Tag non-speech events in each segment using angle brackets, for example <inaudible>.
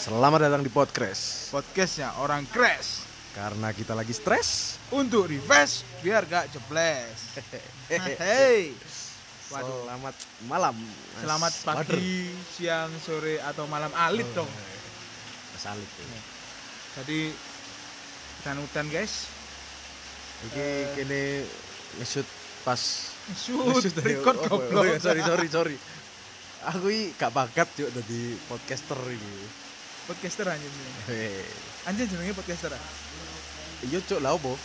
Selamat datang di podcast. Podcastnya orang crash Karena kita lagi stres. Untuk refresh biar gak jebles <laughs> Hei Waduh. Selamat malam. Mas Selamat Wader. pagi, siang, sore, atau malam alit Oh, dong Mas Alit. ya. Jadi Hutan-hutan guys <laughs> Iki kene nge-shoot pas <laughs> Shoot, nge-shoot dari- record oh, oh, goblok oh, sorry sorry sorry. Aku iki gak bakat yuk dadi podcaster iki. Podcaster anjir jenengnya. Hei. Anjir jenengnya podcaster ah? Iya cuk lah opo?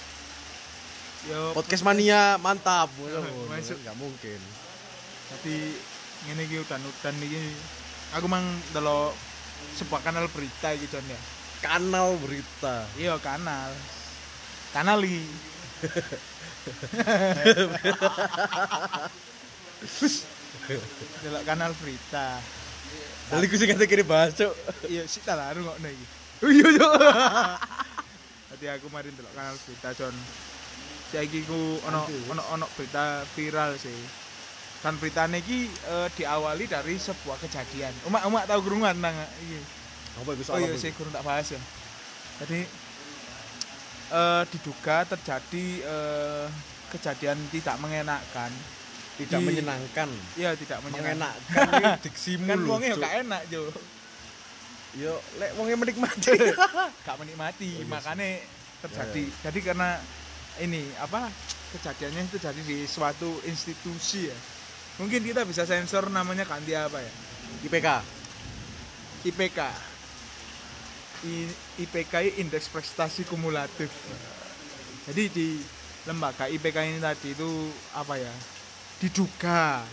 Yo, Podcast mania mantap. Masuk. Gak mungkin. Tapi ngene iki hutan-hutan iki Aku mang delok sebuah kanal berita gitu ya Kanal berita. Iya kanal Kanal iki Delok kanal berita Lali gue Nah, sing kate kene bahas cuk. Iya, sik tak laru kok nek iki. Oh, Iya cuk. Dadi aku mari ndelok kanal berita John. Saiki ku ono ono ono berita viral sih. Dan beritanya iki eh, diawali dari sebuah kejadian. Umak umak tahu gerungan nang iya. Apa iku Oh soal iya apa? sih kurang tak bahas ya. Jadi eh, diduga terjadi eh, kejadian tidak mengenakkan. Tidak Di- menyenangkan. Iya, tidak menyenangkan. Mengenakkan iki diksimu. Kan lho, wonge yo Cuk. gak enak, <laughs> Jo. Yo lek wonge <laughs> menikmati. gak menikmati Oh, iya makanya terjadi Ya, jadi karena ini apa kejadiannya itu terjadi di suatu institusi ya mungkin kita bisa sensor namanya ganti apa ya IPK. IPK I- IPK ini indeks prestasi kumulatif jadi di lembaga IPK ini tadi itu apa ya diduga,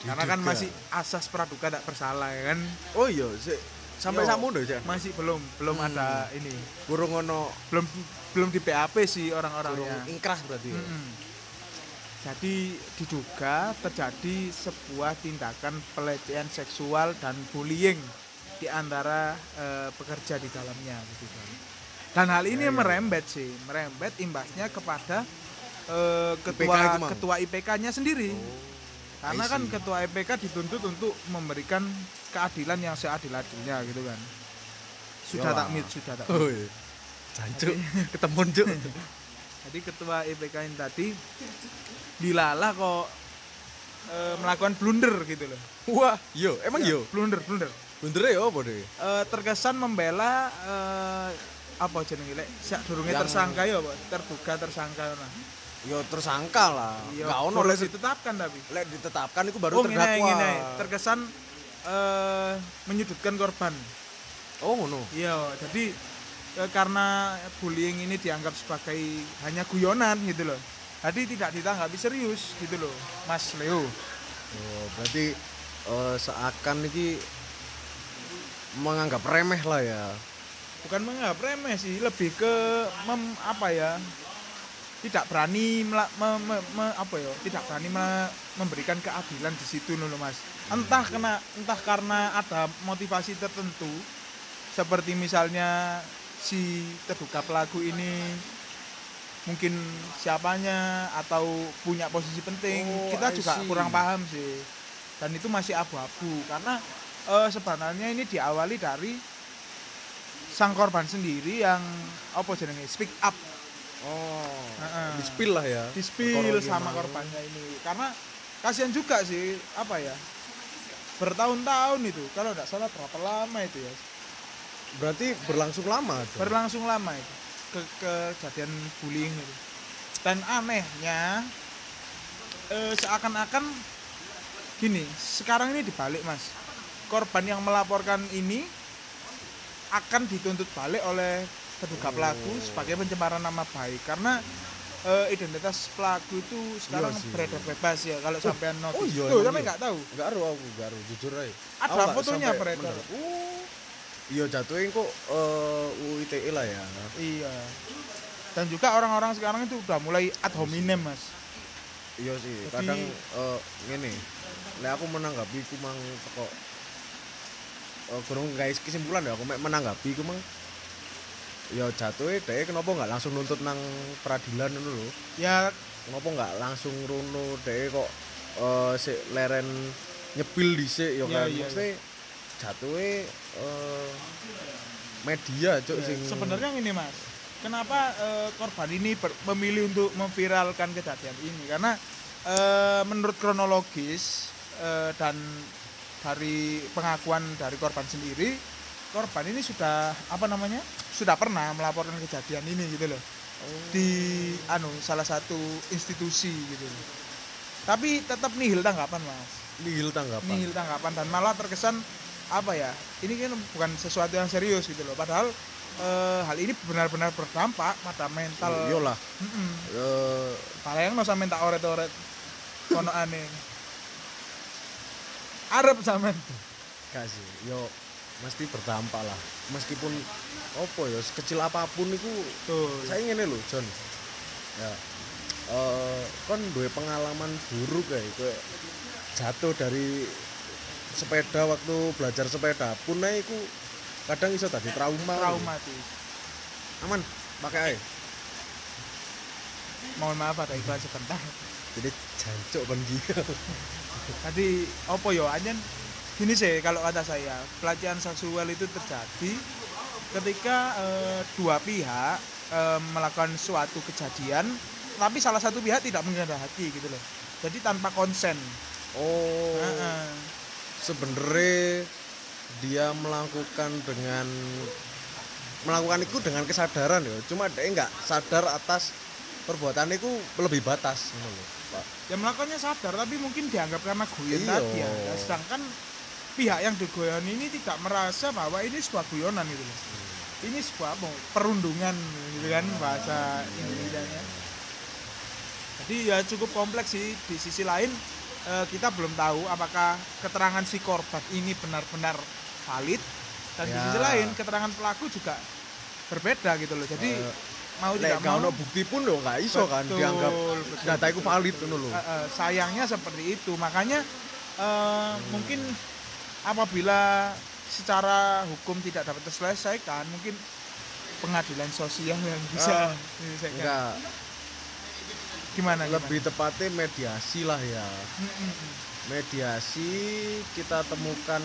karena kan Diduga. masih asas praduga tak bersalah ya kan Oh iya, sik. sampai Yo, sakmono ya. masih belum belum Hmm. ada ini Burung ono belum belum di PAP sih burung orang-orangnya ingkrah berarti. ya. Mm-mm. Jadi diduga terjadi sebuah tindakan pelecehan seksual dan bullying di antara eh, pekerja di dalamnya gitu kan. Dan hal ini Ya, ya. merembet sih, merembet imbasnya kepada eh, ketua IPK itu, Mang. Oh, ketua IPK-nya sendiri. Karena I kan see. ketua IPK dituntut untuk memberikan keadilan yang seadil-adilnya gitu kan. Sudah Yolah. tak mit, sudah <laughs> tak Oh iya. Jancuk, <laughs> ketemu cuk. Jadi ketua IPK ini tadi dilalah kok e, melakukan blunder gitu loh. Wah, yo, emang Ya, yo. Blunder, blunder. Bundere yo apa deh? E, terkesan membela e, apa jenenge lek sak durunge Yang- tersangka ya apa terduga tersangka nah. Yo tersangka lah. Enggak ono boleh lek ditetapkan tapi. lek ditetapkan itu baru oh, ngene terdakwa. ngene terkesan e, menyudutkan korban. oh ngono. Iya, jadi e, karena bullying ini dianggap sebagai hanya guyonan gitu loh. Jadi tidak ditanggapi serius gitu loh, Mas Leo. Oh, berarti eh, seakan iki menganggap remeh lah ya. bukan menganggap remeh sih lebih ke mem, apa ya tidak berani mela- me- me- me- apa ya tidak berani me- memberikan keadilan di situ dulu mas Hmm. entah kena entah karena ada motivasi tertentu seperti misalnya si terduga pelaku ini mungkin siapanya atau punya posisi penting Oh, kita I juga see. kurang paham sih dan itu masih abu-abu karena eh, sebenarnya ini diawali dari sang korban sendiri yang apa jenenge speak up Oh. Heeh. Di spill lah ya. di spill Perkara iki sama mang. korbannya ini karena kasihan juga sih apa ya bertahun-tahun itu kalau tidak salah berapa lama itu ya Berarti berlangsung lama dong. berlangsung lama itu ke kejadian bullying itu dan anehnya eh, seakan-akan gini sekarang ini dibalik mas korban yang melaporkan ini akan dituntut balik oleh Oh. terduga pelaku sebagai pencemaran nama baik karena eh, identitas pelaku itu sekarang Iya sih. beredar bebas ya kalau sampean notice iya, emang Loh, sampean iya. nggak tahu Enggak aru aku, enggak aru jujur aja. Ada Aku nggak fotonya sampai beredar. mendadak. Oh. Iya jatuhin kok eh, UU ITE lah ya. iya dan juga orang-orang sekarang itu udah mulai ad hominem mas Iya sih, Jadi- kadang eh, ngene. Nek aku menanggapi ku mang teko eh kurang guys kesimpulan ya aku mek menanggapi ku mang ya jatuhe dhek kenapa nggak langsung nuntut nang peradilan ngono lho. ya Kenapa nggak langsung runo dhek kok eh sik leren nyepil dhisik ya Iya, kan. iya, Maksudnya, jatuhe eh, media cuk sing Sebenarnya ini mas, kenapa eh, korban ini ber- memilih untuk memviralkan kejadian ini? Karena eh, menurut kronologis eh, dan dari pengakuan dari korban sendiri, korban ini sudah apa namanya? Sudah pernah melaporkan kejadian ini gitu loh di anu salah satu institusi gitu loh. Tapi tetap nihil tanggapan mas. nihil tanggapan. nihil tanggapan dan malah terkesan apa ya ini kan bukan sesuatu yang serius gitu loh padahal eh, hal ini benar-benar berdampak pada mental Yo lah. Mm-mm. eh, Parahnya nggak usah minta oret-oret kono aneh Arab sama gak sih yo mesti berdampak lah meskipun opo ya sekecil apapun itu tuh saya ngene lho John ya eh kon duwe pengalaman buruk kayak kayak jatuh dari sepeda waktu belajar sepeda pun nah iku kadang iso tadi trauma traumatis aman pakai ae mohon maaf ada iklan sebentar jadi jancuk kon gila tadi opo yo anjen gini sih kalau kata saya pelecehan seksual itu terjadi ketika eh, dua pihak eh, melakukan suatu kejadian tapi salah satu pihak tidak menghendaki gitu loh jadi tanpa konsen oh Heeh. sebenarnya dia melakukan dengan melakukan itu dengan kesadaran ya cuma dia nggak sadar atas perbuatan itu lebih batas ngono lho, Pak. yang melakukannya sadar tapi mungkin dianggap karena guyon Iya. tadi ya Nah, sedangkan pihak yang digoyon ini tidak merasa bahwa ini sebuah guyonan gitu loh Hmm. ini sebuah apa, perundungan gitu kan bahasa Indonesia jadi ya cukup kompleks sih di sisi lain eh, kita belum tahu apakah keterangan si korban ini benar-benar valid dan di Ya. sisi lain keterangan pelaku juga berbeda gitu loh jadi Eh, mau Lek tidak gak ono mau bukti pun yo nggak iso kan Betul, dianggap betul, data itu valid ngono lho. Eh, eh, sayangnya seperti itu makanya eh, mungkin apabila secara hukum tidak dapat terselesaikan mungkin pengadilan sosial yang Ah. bisa menyelesaikan Enggak, gimana lebih tepatnya mediasi lah ya. gimana? Mm, mm, mm. Mediasi kita temukan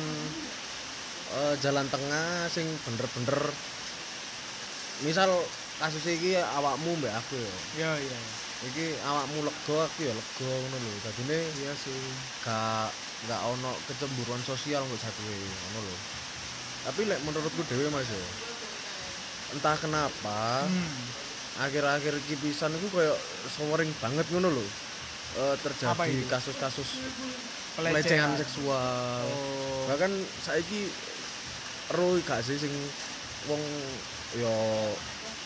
eh, jalan tengah sing bener-bener misal kasus iki awakmu mbak aku ya. ya ya ya. iki awakmu lega aku ya lega ngono lho dadine iya sih gak gak ono kecemburuan sosial kok jatuhe ngono lho tapi lek menurutku dhewe Mas ya entah kenapa Hmm. akhir-akhir iki pisan iku koyo sewering banget ngono lho Eh, Apa terjadi itu? kasus-kasus pelecehan seksual Oh. bahkan saiki ero gak sih sing wong yo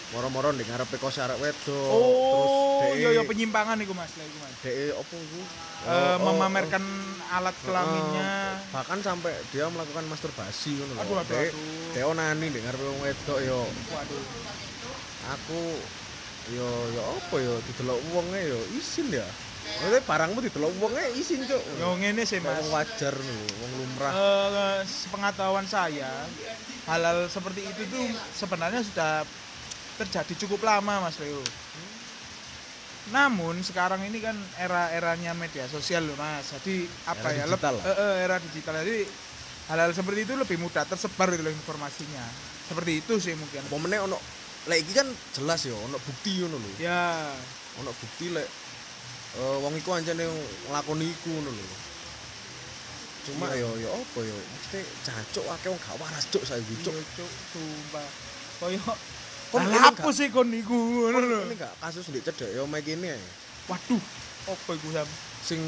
moro-moro ndek ngarepe kos arek wedok oh terus iya dhek- iya penyimpangan iku mas lah iku mas DE opo iku? Eh, Oh, oh, memamerkan alat oh, kelaminnya oh. bahkan sampai dia melakukan masturbasi ngono Aduh, aduh, Dhek- aduh. dhek onani ndek ngarep wong wedok yo waduh aku yo yo opo yo didelok wong e yo isin ya. Maksudnya barangmu didelok wong e isin cuk. yo Ya, ngene sih Kayak wong mas wajar lho, wong lumrah. eh sepengetahuan saya halal seperti itu tuh sebenarnya sudah terjadi cukup lama Mas Leo. Namun sekarang ini kan era-eranya media sosial loh Mas. Jadi apa Era ya leb- digital lah. eh, eh, era digital. Jadi hal-hal seperti itu lebih mudah tersebar gitu loh informasinya. Seperti itu sih mungkin. Apa meneh e ono lek iki kan jelas yo ono bukti ngono lho. Ya, Ono bukti lek eh, wong iku anjene nglakoni iku ngono lho. Cuma yo yo opo yo mesti jancuk akeh wong gak waras cuk saiki cuk. iya, cuk, sumpah. Koyo Kon ini Lah, apa sih kon niku ngono lho. ini gak kasus ndek cedek ya omae kene ae. Waduh, opo iku Sam? sing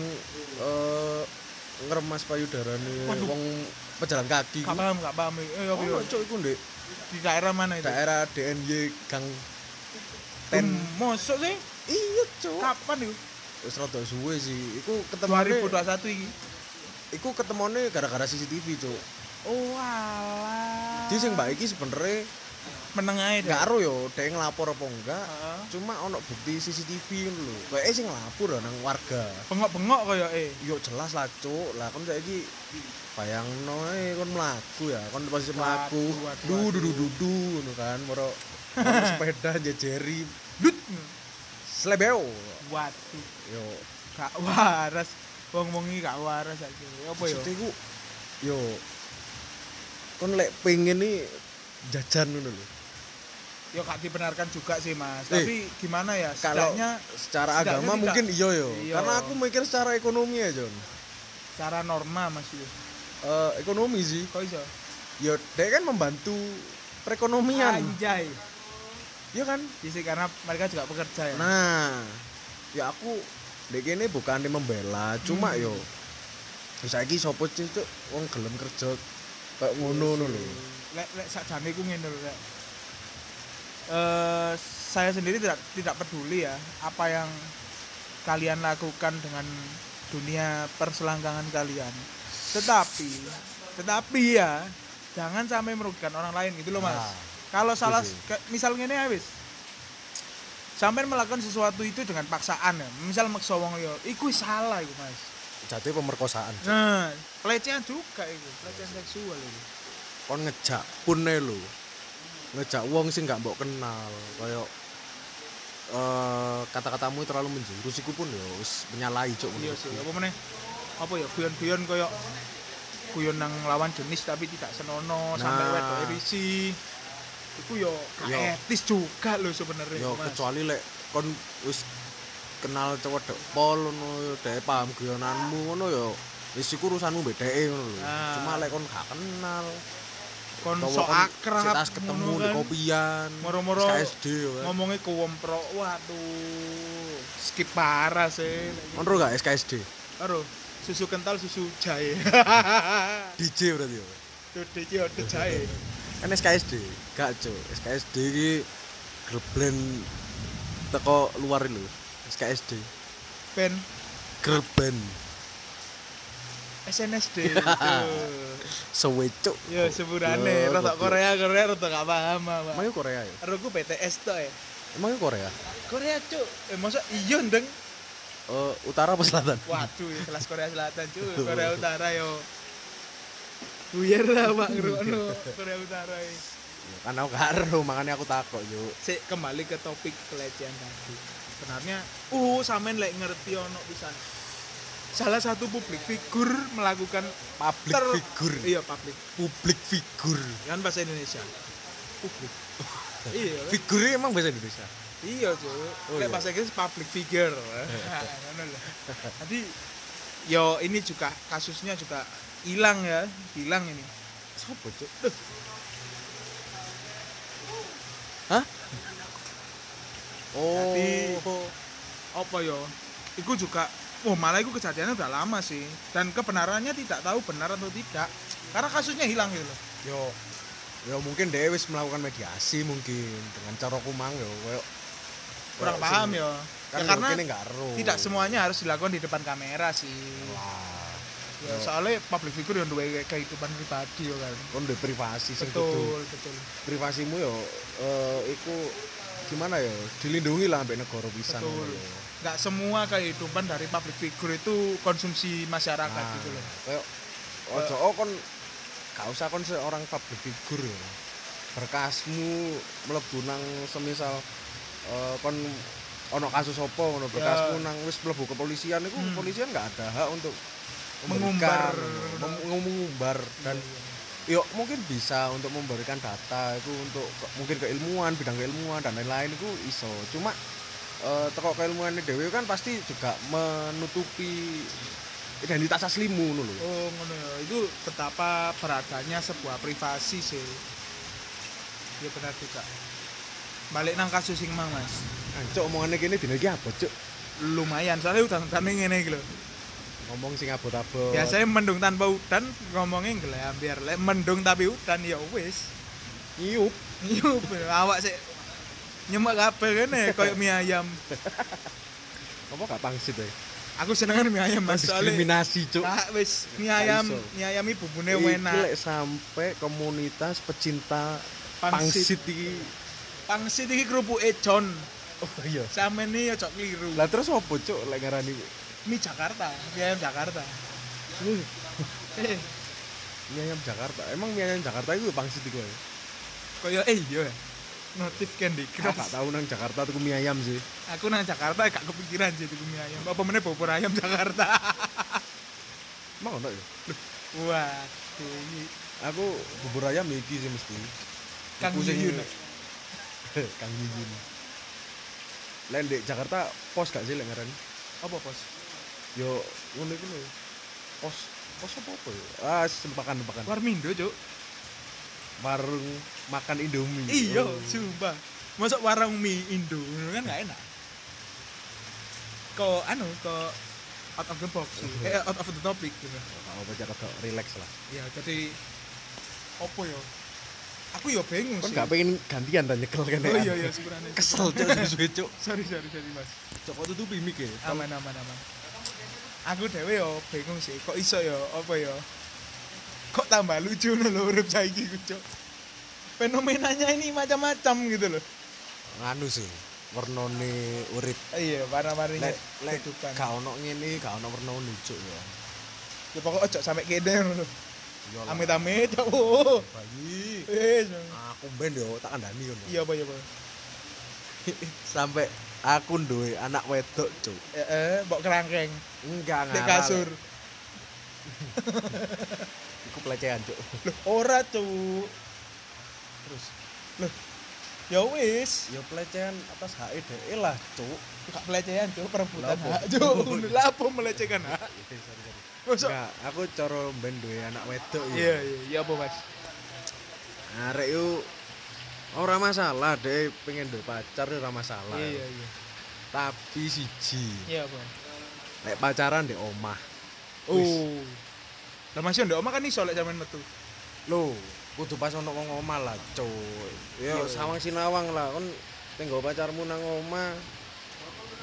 eh ngeremas payudarane Waduh. wong pejalan kaki Gak ku. paham, gak paham. Eh, iya, iya. Ono cuk iku ndek di daerah mana itu? daerah DNY Gang Ten. Ten. Hmm, Mosok sih? Iya cuk. Kapan itu? Wis rada suwe sih. Iku ketemone 2021 ini. iku ketemone gara-gara CCTV cuk. Oh alah. Jadi sing mbak iki sebenernya menengah itu. gak ero yo dhek nglapor apa enggak. Cuma ono bukti CCTV ngono lho. Kayake sing nglapor ya nang warga. Bengok-bengok kaya eh. yo jelas lah cuk lah kon saiki bayangno ae kon mlaku ya kon posisi mlaku Waduh, waduh, du du du waduh. du du ngono kan moro moro sepeda jejeri Dut. slebeo Waduh, yo gak waras. Wong-wong iki gak waras aja. Apa Ya yo? maksudnya ku yo kon lek pengen nih jajan ngono lho. ya gak dibenarkan juga sih mas Eh, tapi gimana ya Kalau setidaknya secara setidaknya agama tidak- mungkin iya yo. Iya. Karena aku mikir secara ekonomi ya, Jon. cara norma mas Yus. Eh, ekonomi sih. kok iso Ya dia kan membantu perekonomian. anjay Iya kan? Iya sih, karena mereka juga pekerja ya Nah, ya aku dek ini bukan membela, cuma yo bisa iki sopo sih tuh wong gelem kerja kayak ngono ngono lho. lek lek sakjane ku ngene lho lek Eh, saya sendiri tidak tidak peduli ya apa yang kalian lakukan dengan dunia perselangkangan kalian tetapi tetapi ya jangan sampai merugikan orang lain gitu loh mas Nah, kalau salah sih. ke- misal ngene ya wis sampai melakukan sesuatu itu dengan paksaan ya misal maksa wong liya iku salah iku mas Jatuh pemerkosaan. nah pelecehan juga itu pelecehan seksual itu Kon ngejak pun ae lho. Ngejak wong sing gak mbok kenal, kayak eh kata-katamu terlalu menjurus iku pun yo wis menyalahi cuk iya menurutku. sih apa meneh apa ya guyon-guyon koyo guyon nang lawan jenis tapi tidak senono sampai Nah. wedoke risi iku yo gak Yo. etis juga lho sebenarnya Yo Mas. kecuali lek kon wis kenal cewek pol ngono yo dhek paham guyonanmu ngono yo wis iku urusanmu bedeke ngono lho. Nah. Cuma lek kon gak kenal, kon utawa Ah. Hmm, sok kon akrab setas kan ketemu ngono di kan. kopian, Moro-moro SKSD yo kan. ngomongnya kewomprok waduh skip parah sih Ngono gak SKSD? aduh susu kental susu jahe <laughs> DJ berarti yo. tuh iki ode jahe Kan SKSD, gak cuk. SKSD iki gerblend teko luar lho. SKSD, pen gerben <laughs> SNSD itu sewe cuk. Ya seburane, gitu. rada Korea Korea rada gak paham apa. Emangnya Korea ya? Aduh ku BTS to ya. Emangnya Korea? Korea cuk. Eh masa iya ndeng. Eh, utara apa selatan? Waduh ya kelas Korea Selatan cuk, Ya, Korea Utara yo. Buyar lah Pak ngrungokno Korea Utara ya. Ya, kan aku karo makanya aku takut yuk Sik kembali ke topik pelecehan tadi. Sebenarnya uh sampean lek ngerti ono pisan. Salah satu publik figur melakukan public ter- figure Iya, publik. public figure Kan bahasa Indonesia. Publik. iya. kan? figure emang bahasa Indonesia Iya, Cuk. Oh, iya. Lek Eh, bahasa Inggris public figure. eh. Ngono lho. Jadi yo ini juga kasusnya juga hilang ya, hilang ini. siapa cuk hah oh Jadi- Apa yo? Iku juga Oh malah itu kejadiannya udah lama sih dan kebenarannya tidak tahu benar atau tidak karena kasusnya hilang gitu loh. yo yo mungkin dia wis melakukan mediasi mungkin dengan cara kumang yo koyo kurang koyo paham sing- ya. kan ya karena mungkin nggak ero. tidak semuanya harus dilakukan di depan kamera sih Wah, ya, soalnya public figure yang duwe kehidupan pribadi yo kan kon duwe privasi sing kudu betul betul privasimu yo eh iku gimana yo dilindungi lah sampai negara pisan Betul. ngono yo. nggak semua kehidupan dari public figure itu konsumsi masyarakat Nah, gitu loh kayak ojo oh, kon gak usah kon seorang public figure ya. berkasmu mlebu nang semisal eh, kon ono kasus apa ngono berkasmu Ya. Hmm. nang wis mlebu kepolisian itu kepolisian nggak ada hak untuk memberikan, Mengumbar. mem- mengumbar dan yuk mungkin bisa untuk memberikan data itu untuk ke- mungkin keilmuan bidang keilmuan dan lain-lain itu iso cuma eh teko keilmuan dewe kan pasti juga menutupi identitas aslimu ngono lho oh ngono ya itu betapa beradanya sebuah privasi sih ya benar juga balik nang kasus sing mang mas Nah, cuk omongane kene dina iki abot cuk lumayan soalnya udah tanding ngene iki lho ngomong sing abot-abot biasanya mendung tanpa udan ngomongnya nggak biar lek mendung tapi udan ya wis nyiup Yup, awak sih nyemak kabeh kene koyo mie ayam. apa gak pangsit ae Aku senengan mie ayam Mas soalnya diskriminasi cuk Ah, wis mie Gak ayam, iso. mie ayam iki bumbunya Iki enak. lek sampe komunitas pecinta Pangsit. pangsit iki Pangsit iki kerupuke John. oh iya Sampeyan iki ojo keliru. lah terus apa cuk lek ngarani Mie Jakarta, mie ayam Jakarta. Wih, Eh, mie ayam Jakarta emang mie ayam Jakarta itu ya? pangsit iku ae koyo eh iya. ya. Notif Candy Aku gak Crush. tahu nang Jakarta tuku mie ayam sih. Aku nang Jakarta gak kepikiran sih tuku mie ayam. Apa meneh bubur ayam Jakarta? Emang ono ya? <laughs> Waduh. ini- aku bubur ayam iki sih mesti <laughs> Kang Aku sing- Yuyun. Kang Yuyun lain di Jakarta pos gak sih lek ngaran Apa, Bos? yo ngono iku lho pos pos apa apa ya ah sempakan sempakan Warmindo, Cuk. warung makan indomie Iya, Oh. sumpah. Masuk warung mie Indo ngono kan gak enak. Kok anu, kok out of the box sih. Eh, out of the topic gitu. Gak apa Jakarta relax lah Ya, jadi opo yo? Aku yo bingung kan sih. gak pengen gantian dan nyekel kan ya. Oh iya iya sebenarnya. <laughs> kesel cok <laughs> suwe cok Sorry sorry sorry Mas. cok kok tutupi mic ya Aman aman aman. Aku dhewe yo bingung sih, kok iso yo apa yo? Kok tambah lucu ngono lho urip saiki ku, Cuk. Fenomenanya ini macam-macam gitu loh. nganu sih warnane urip Iya, warna-warninya lek lek kehidupan. gak ono ngene gak ono warnane cok ya Ya pokoknya ojo sampe kene ngono lho. Yo lah, Amit-amit ya. Oh. bayi Wis. aku ben yo tak kandani ngono Iya apa ya, Pak? sampai aku duwe anak wedok cok Heeh, mbok kerangkeng enggak di ngalah kasur. aku pelecehan cok Loh, ora tuh. terus Ya wis, <laughs> yo pelecehan atas HE DE lah cok gak pelecehan tuh perebutan Lapo? hak. Cuk, lapo melecehkan hak? Masuk. Enggak, aku coro ben duwe anak wedok Iya, iya, iya apa, Mas? Arek yo ora masalah deh pengen duwe pacar ora masalah. Iya, iya, iya. Tapi siji, Iya, apa? nek pacaran di omah. Oh. Lah Mas yo ndak omah kan iso lek jaman metu. Lho, kudu pas ono wong omah lah, cuy. Yo Iya. sawang sinawang lah kon tenggo pacarmu nang omah.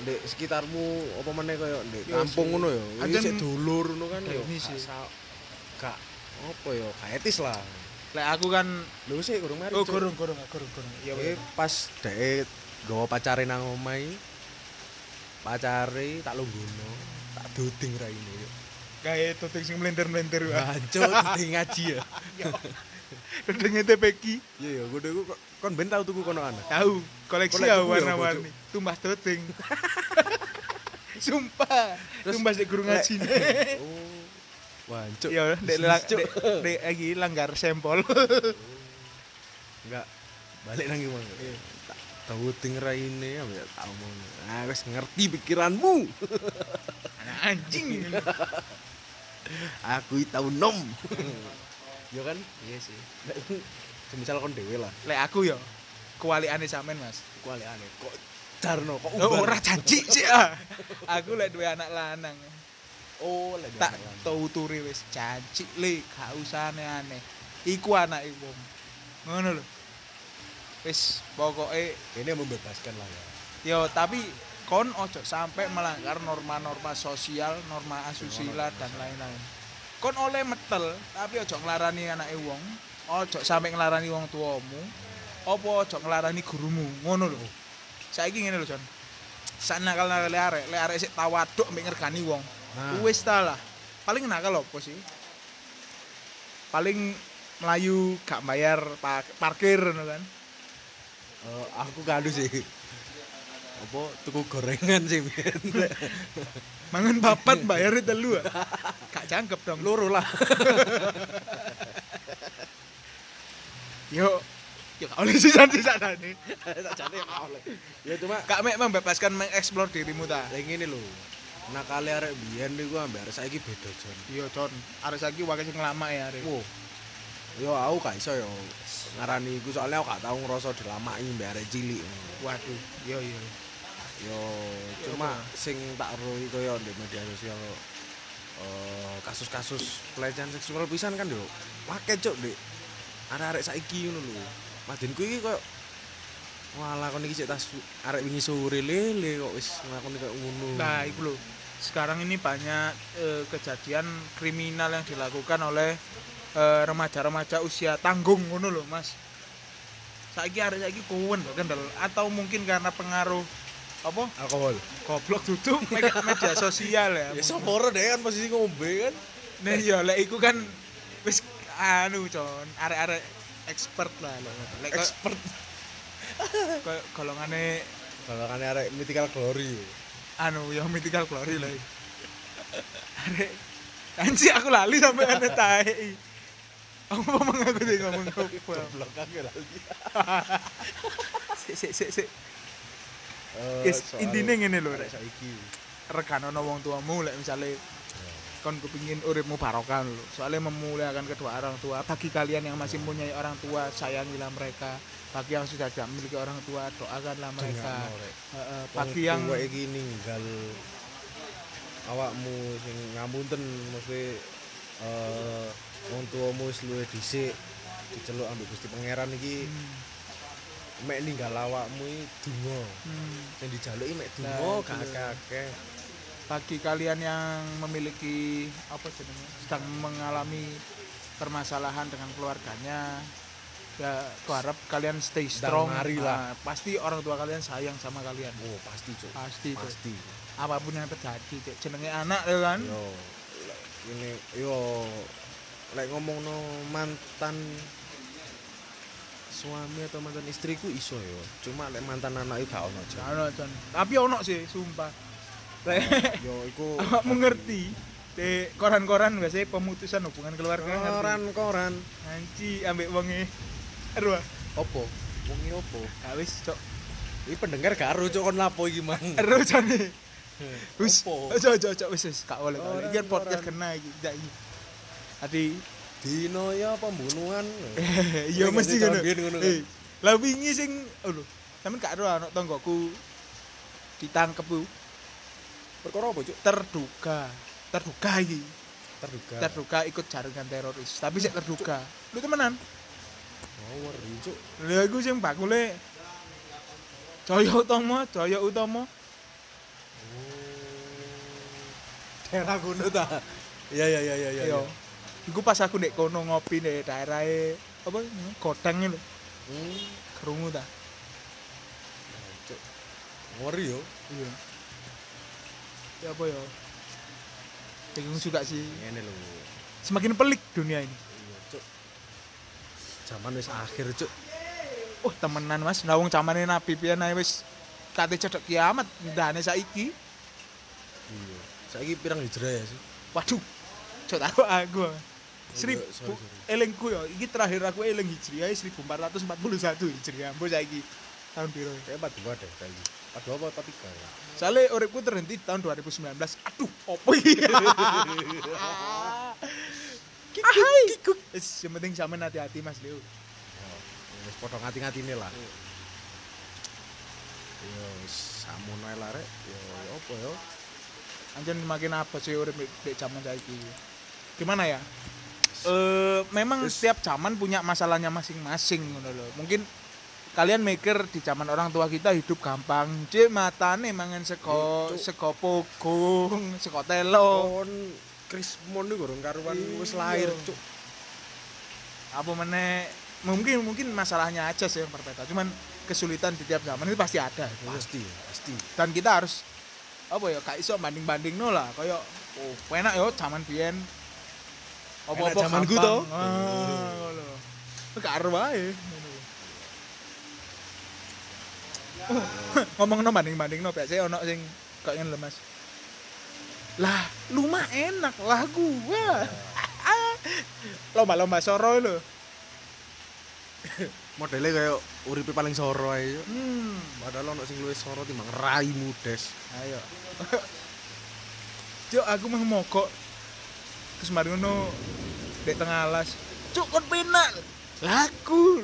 Ndek sekitarmu apa meneh koyo ndek Iya kampung sih. ngono yo. Iki Anjen- sik dulur ngono kan yo. Ini gak sih. sa- Gak apa yo, gak etis lah. Lek aku kan Lho sik kurang mari. Oh, Cuk. gorong, gorong, gorong, gorong. Iya, Tapi Pak. pas dhek nggawa pacare nang omah iki, pacare tak lungguhno, tak duding raine <laughs> yo. Gawe tuting sing mlender-mlender wae. Hancur duding ngaji ya. Tudungnya TPK. Iya ya, kudu iku kok- kon ben tau tuku kono ana. Tahu, koleksi Koleksi gue ya ya, warna-warni. Tumbas tuting. <laughs> Sumpah, Terus, tumbas di guru lek- ngaji. <laughs> Oh. Wancuk. Ya udah, dek lang- dek dek lagi langgar <laughs> sampel. enggak balik nang gimana. Tak tahu ting raine ambek tak omong. Ah wis ngerti pikiranmu. <laughs> Anak anjing. Aku iki tau nom. Yo kan? <laughs> Iya sih. <laughs> Semisal kon dhewe lah, Lek aku ya kualikane sampean, Mas. kualiane kok Darno kok Oh, umbar. ora janji sih. ah. Aku lek duwe anak lanang. Oh, lek Tak jalan. tau turi wis janji le, gak usah aneh-aneh. Iku anake wong. Ngono lho. Wis pokoke ini membebaskan lah ya. Yo tapi kon ojo sampai melanggar norma-norma sosial, norma asusila dan lain-lain. Kon oleh metel, tapi ojo ngelarani anak wong, ojo sampai ngelarani wong tuamu, opo ojo ngelarani gurumu, ngono lho. Saiki ngene lho, Jon. Sak nakal nakal arek, le arek sik tawaduk mbek ngergani wong. Nah. Wis ta lah. Paling nakal opo sih? Paling Melayu gak bayar pa- parkir ngono kan. Eh, aku kado sih. <laughs> Apa tuku gorengan sih, Ben. Mangan papat bayar telu. ah. Gak jangkep dong. Loro lah. Yo, yo gak oleh sisan sisan nih. Sajane ya oleh. <laughs> Ya cuma Kak Mek membebaskan mengeksplor dirimu ta. kayak ngene lho. Nakale arek biyen niku ambek arek saiki beda jon. Iya, Con. Arek saiki wae sing lama ya arek. Wo. Yo aku gak iso yo ngarani iku soalnya aku gak tau ngerasa dilamaki mbek arek cilik. Waduh, yo yo. Yo cuma sing tak roi koyo di media sosial eh, kasus-kasus pelecehan seksual pisan kan yo. Pakai cuk, Dik. Arek-arek saiki ngono lho. Madinku iki koyo Walah kon iki sik tas arek wingi sore lele kok wis nglakoni koyo ngono. Nah, iku lho. Sekarang ini banyak eh, kejadian kriminal yang dilakukan oleh eh, remaja-remaja usia tanggung ngono lho, Mas. Saiki arek saiki kuwen lho kendel atau mungkin karena pengaruh apa? alkohol. Goblok duduk <laughs> media, media sosial ya. Ya soporo deh kan posisi ngombe kan. Nah iya, lek iku kan wis anu con, arek-arek expert lah lek. Lek kok- Expert. kok golongane Kalau kan arek mythical glory. anu ya mythical glory lah. iki. Arek Anjir aku lali sampai ana tahi. Apa ngomong aku tadi ngomong apa? Goblok aku lali. Sik sik sik sik. Eh, Yes, soal- intine ngene lho, Rek. saiki. Rekan ana wong tuamu lek misale kon kepingin uripmu barokah lho. Soalnya memuliakan kedua orang tua. Bagi kalian yang masih punya orang tua, sayangilah mereka. Bagi yang sudah tidak memiliki orang tua, doakanlah mereka. Dengakno, Rek. Heeh, Wong bagi yang tuwa iki ninggal awakmu sing ngamunten mesti eh wong tuamu wis luwih dhisik diceluk ambek Gusti Pangeran iki Hmm, mek ninggal awakmu iki donga. hmm. Sing dijaluki mek Nah, donga itu. gak akeh-akeh. bagi kalian yang memiliki apa jenenge sedang mengalami permasalahan dengan keluarganya ya aku harap kalian stay Sedang strong mari lah. Ah, pasti orang tua kalian sayang sama kalian Oh, pasti, Cuk. pasti Cuk. Pasti. Iya. apapun yang terjadi Cuk. jenenge anak ya kan Yo. lek Ini yo lek ngomongno mantan suami atau mantan istriku iso yo. Cuma lek mantan anak iku gak ono, Cuk. Ono, Jon. tapi ono sih sumpah Oh. Yo iku <laughs> awak mengerti di koran-koran biasanya pemutusan hubungan keluarga koran koran ngerti anci ambek wonge aduh ah. opo wongi opo gak wis <laughs> cok ini pendengar karo cok kon lapo iki man aduh jane Wis, Eh, Opo? ojo ojo ojo wis wis gak boleh. gak boleh. Orang, Biar podcast orang. kena iki, tidak iki. Tadi dino ya pembunuhan <laughs> iya Ini mesti ngasih tahun ngono. biyen ngono kan. Eh, Lah wingi sing oh, lho, sampean gak ero anak tanggoku ditangkep ku perkara apa cok terduga. Terduga iki. terduga Terduga ikut jaringan teroris, tapi sik terduga. Lu temenan? oh ngeri cok Lha aku sing bakule Jaya Utama, Jaya Utama. daerah gunung ta iya iya iya iya iya Iya. Iku pas aku nek kono ngopi nek daerahe apa godang lho, Hmm, kerungu ta. Cuk. ngeri yo iya ya apa ya bingung juga sih ngene lho semakin pelik dunia ini iya cok zaman wis akhir cok oh temenan mas nah wong camane nabi pian ae wis kate cedek kiamat ndane saiki iya saiki pirang hijrah ya sih waduh cok aku aku seribu Enggak, sorry, sorry. elengku ya iki terakhir aku eleng hijriah 1441 hijriah mbok Ya saiki tahun biru ya. kayak 42 deh saiki 42 apa 43 ya soalnya uripku terhenti tahun 2019 aduh opo <laughs> iki Ahai. Wis, yang penting sampean hati-hati Mas Leo Ya, wis padha ngati-ngatine lah. Yo wis samono ae lah rek. Oh. Yo yo apa yo? Anjen makin apa sih urip di di zaman saiki. Gimana ya? Eh memang setiap zaman punya masalahnya masing-masing ngono lho. Mungkin kalian mikir di zaman orang tua kita hidup gampang, cek matane mangan sego Cuk. sego pogong, sego telo, Kon Krismon iku gorong karuan Iya. wis lahir cuk. apa meneh mungkin mungkin masalahnya aja sih yang berbeda. Cuman kesulitan di tiap zaman itu pasti ada. gitu. Pasti, pasti. dan kita harus apa ya gak iso banding-banding no lah kaya oh enak yo zaman biyen apa-apa Enak zamanku gampang. toh. ah ngono gak ero wae <laughs> ngono. ngomong no banding-banding no biasanya ono sing kok ngene lho Mas lah lu mah enak lah gua Iya. <laughs> lomba-lomba soro lho Modele kaya uripe paling soro ae. Cuk. hmm Padahal ono sing luwih soro timbang raimu des. Ayo. <laughs> Cuk, aku mau mogok. Terus mari ngono dek tengah alas. Cuk, kon penak. Laku.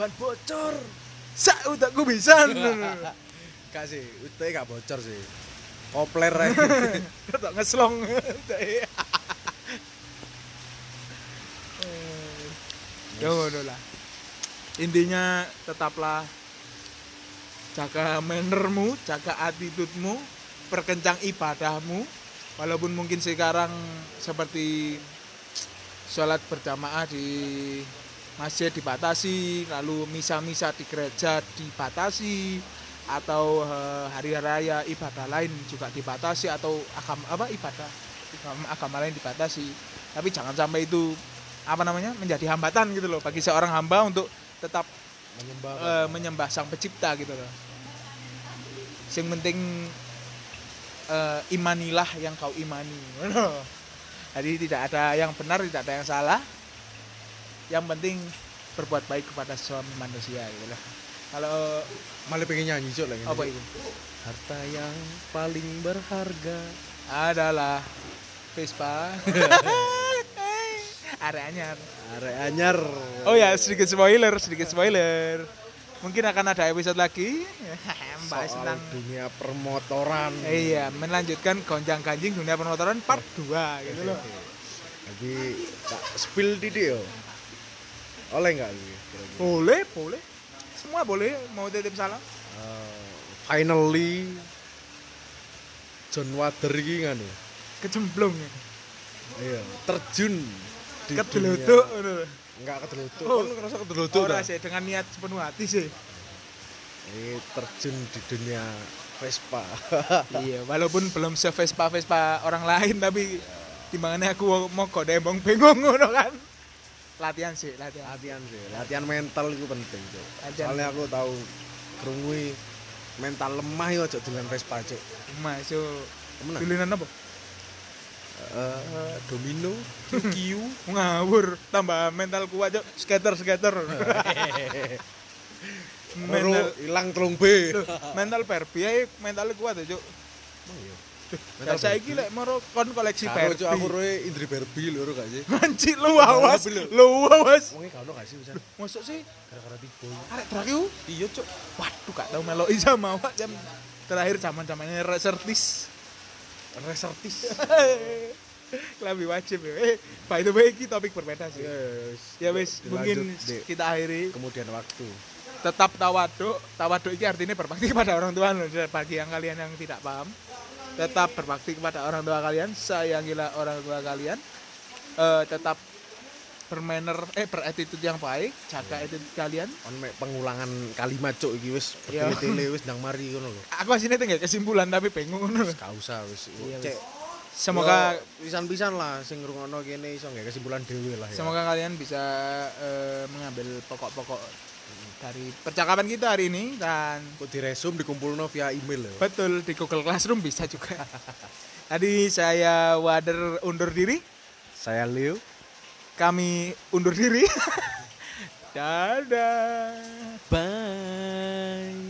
Ban bocor. Sak utakku bisa. Gak sih, ute gak bocor sih. Kopler ae. Ketok ngeslong. <laughs> Utake. Ya ngono lah. Intinya tetaplah jaga mannermu, jaga attitude-mu, perkencang ibadahmu. Walaupun mungkin sekarang seperti sholat berjamaah di masjid dibatasi, lalu misa-misa di gereja dibatasi, atau eh, hari raya ibadah lain juga dibatasi atau agama apa ibadah agama, agama lain dibatasi. Tapi jangan sampai itu apa namanya menjadi hambatan gitu loh bagi seorang hamba untuk tetap <laughs> Menyembah. eh, menyembah sang pencipta gitu loh. Yang penting eh, imanilah yang kau imani. <laughs> Jadi tidak ada yang benar, tidak ada yang salah. Yang penting berbuat baik kepada suami manusia gitu lah. Kalau malah pengen nyanyi cok lagi apa itu? harta yang paling berharga Adalah Vespa. <laughs> Arek anyar. arek anyar Oh ya, sedikit spoiler, sedikit spoiler. Mungkin akan ada episode lagi. <laughs> Bahas soal tentang dunia permotoran Iya, melanjutkan gonjang ganjing dunia permotoran part 2 gitu loh. jadi tak spill di dia oleh nggak gitu kira-kira? Boleh, boleh. Semua boleh, mau titip salam. Eh, finally John Wader iki kan ya. Kecemplung. ya. Iya, terjun di Kedelutuk dunia- ngono. Enggak kedelutuk. Oh. Kan lu ngerasa kedelutuk gitu Ora ta? sih dengan niat sepenuh hati sih. Ini Eh, terjun di dunia Vespa. <laughs> iya, walaupun belum se Vespa Vespa orang lain tapi timbangannya aku mau kok dembong bingung <laughs> ngono kan. Latihan sih, latihan. latihan sih, latihan mental itu penting, Cuk. Latihan. Soalnya aku tahu kerungui mental lemah yo aja dengan Vespa, Cuk. Masuk. Ah. Temenan. Tulinan apa? Eh, domino, <laughs> Q. Ngawur, tambah mental kuat cok, skater-skater. mental, Mental hilang telung B. Loh, <laughs> mental Barbie ae mental kuat ya, Cuk. Oh, Lah saiki lek moro kon koleksi iya. Karo Cuk, aku <laughs> Barbie. roe Indri Barbie lho gak sih? Anjir lu awas, lu awas. Wonge gak ono gak sih pisan? Masuk sih Gara-gara tiga. arek terakhir Iya, Cuk. Waduh, gak tau meloi sama awak jam terakhir zaman zamannya resertis. <laughs> <laughs> Resertis. Lebih wajib ya. Eh, by the way, ini topik berbeda Iya. sih. Yes. Ya wes, mungkin kita akhiri kemudian waktu. tetap tawaduk. Tawaduk ini artinya berbakti kepada orang tua loh. Bagi yang kalian yang tidak paham, tetap berbakti kepada orang tua kalian, sayangilah orang tua kalian. Eh, tetap bermanner eh beretitude yang baik, jaga attitude kalian. On mek pengulangan kalimat cuk iki wis <laughs> Iya. bertele-tele wis ndang mari ngono lho. Aku sini tinggal kesimpulan tapi bingung. Wis Gak usah wis. Iya, Cek. Semoga Yo, pisan-pisan lah sing ngrungokno kene iso nggak kesimpulan dhewe lah ya. Semoga kalian bisa eh, mengambil pokok-pokok dari percakapan kita hari ini dan kok diresum dikumpulno via email ya? lho. betul di Google Classroom bisa juga. Tadi saya Wader undur diri, Saya Leo. kami undur diri. <laughs> Dadah. Bye.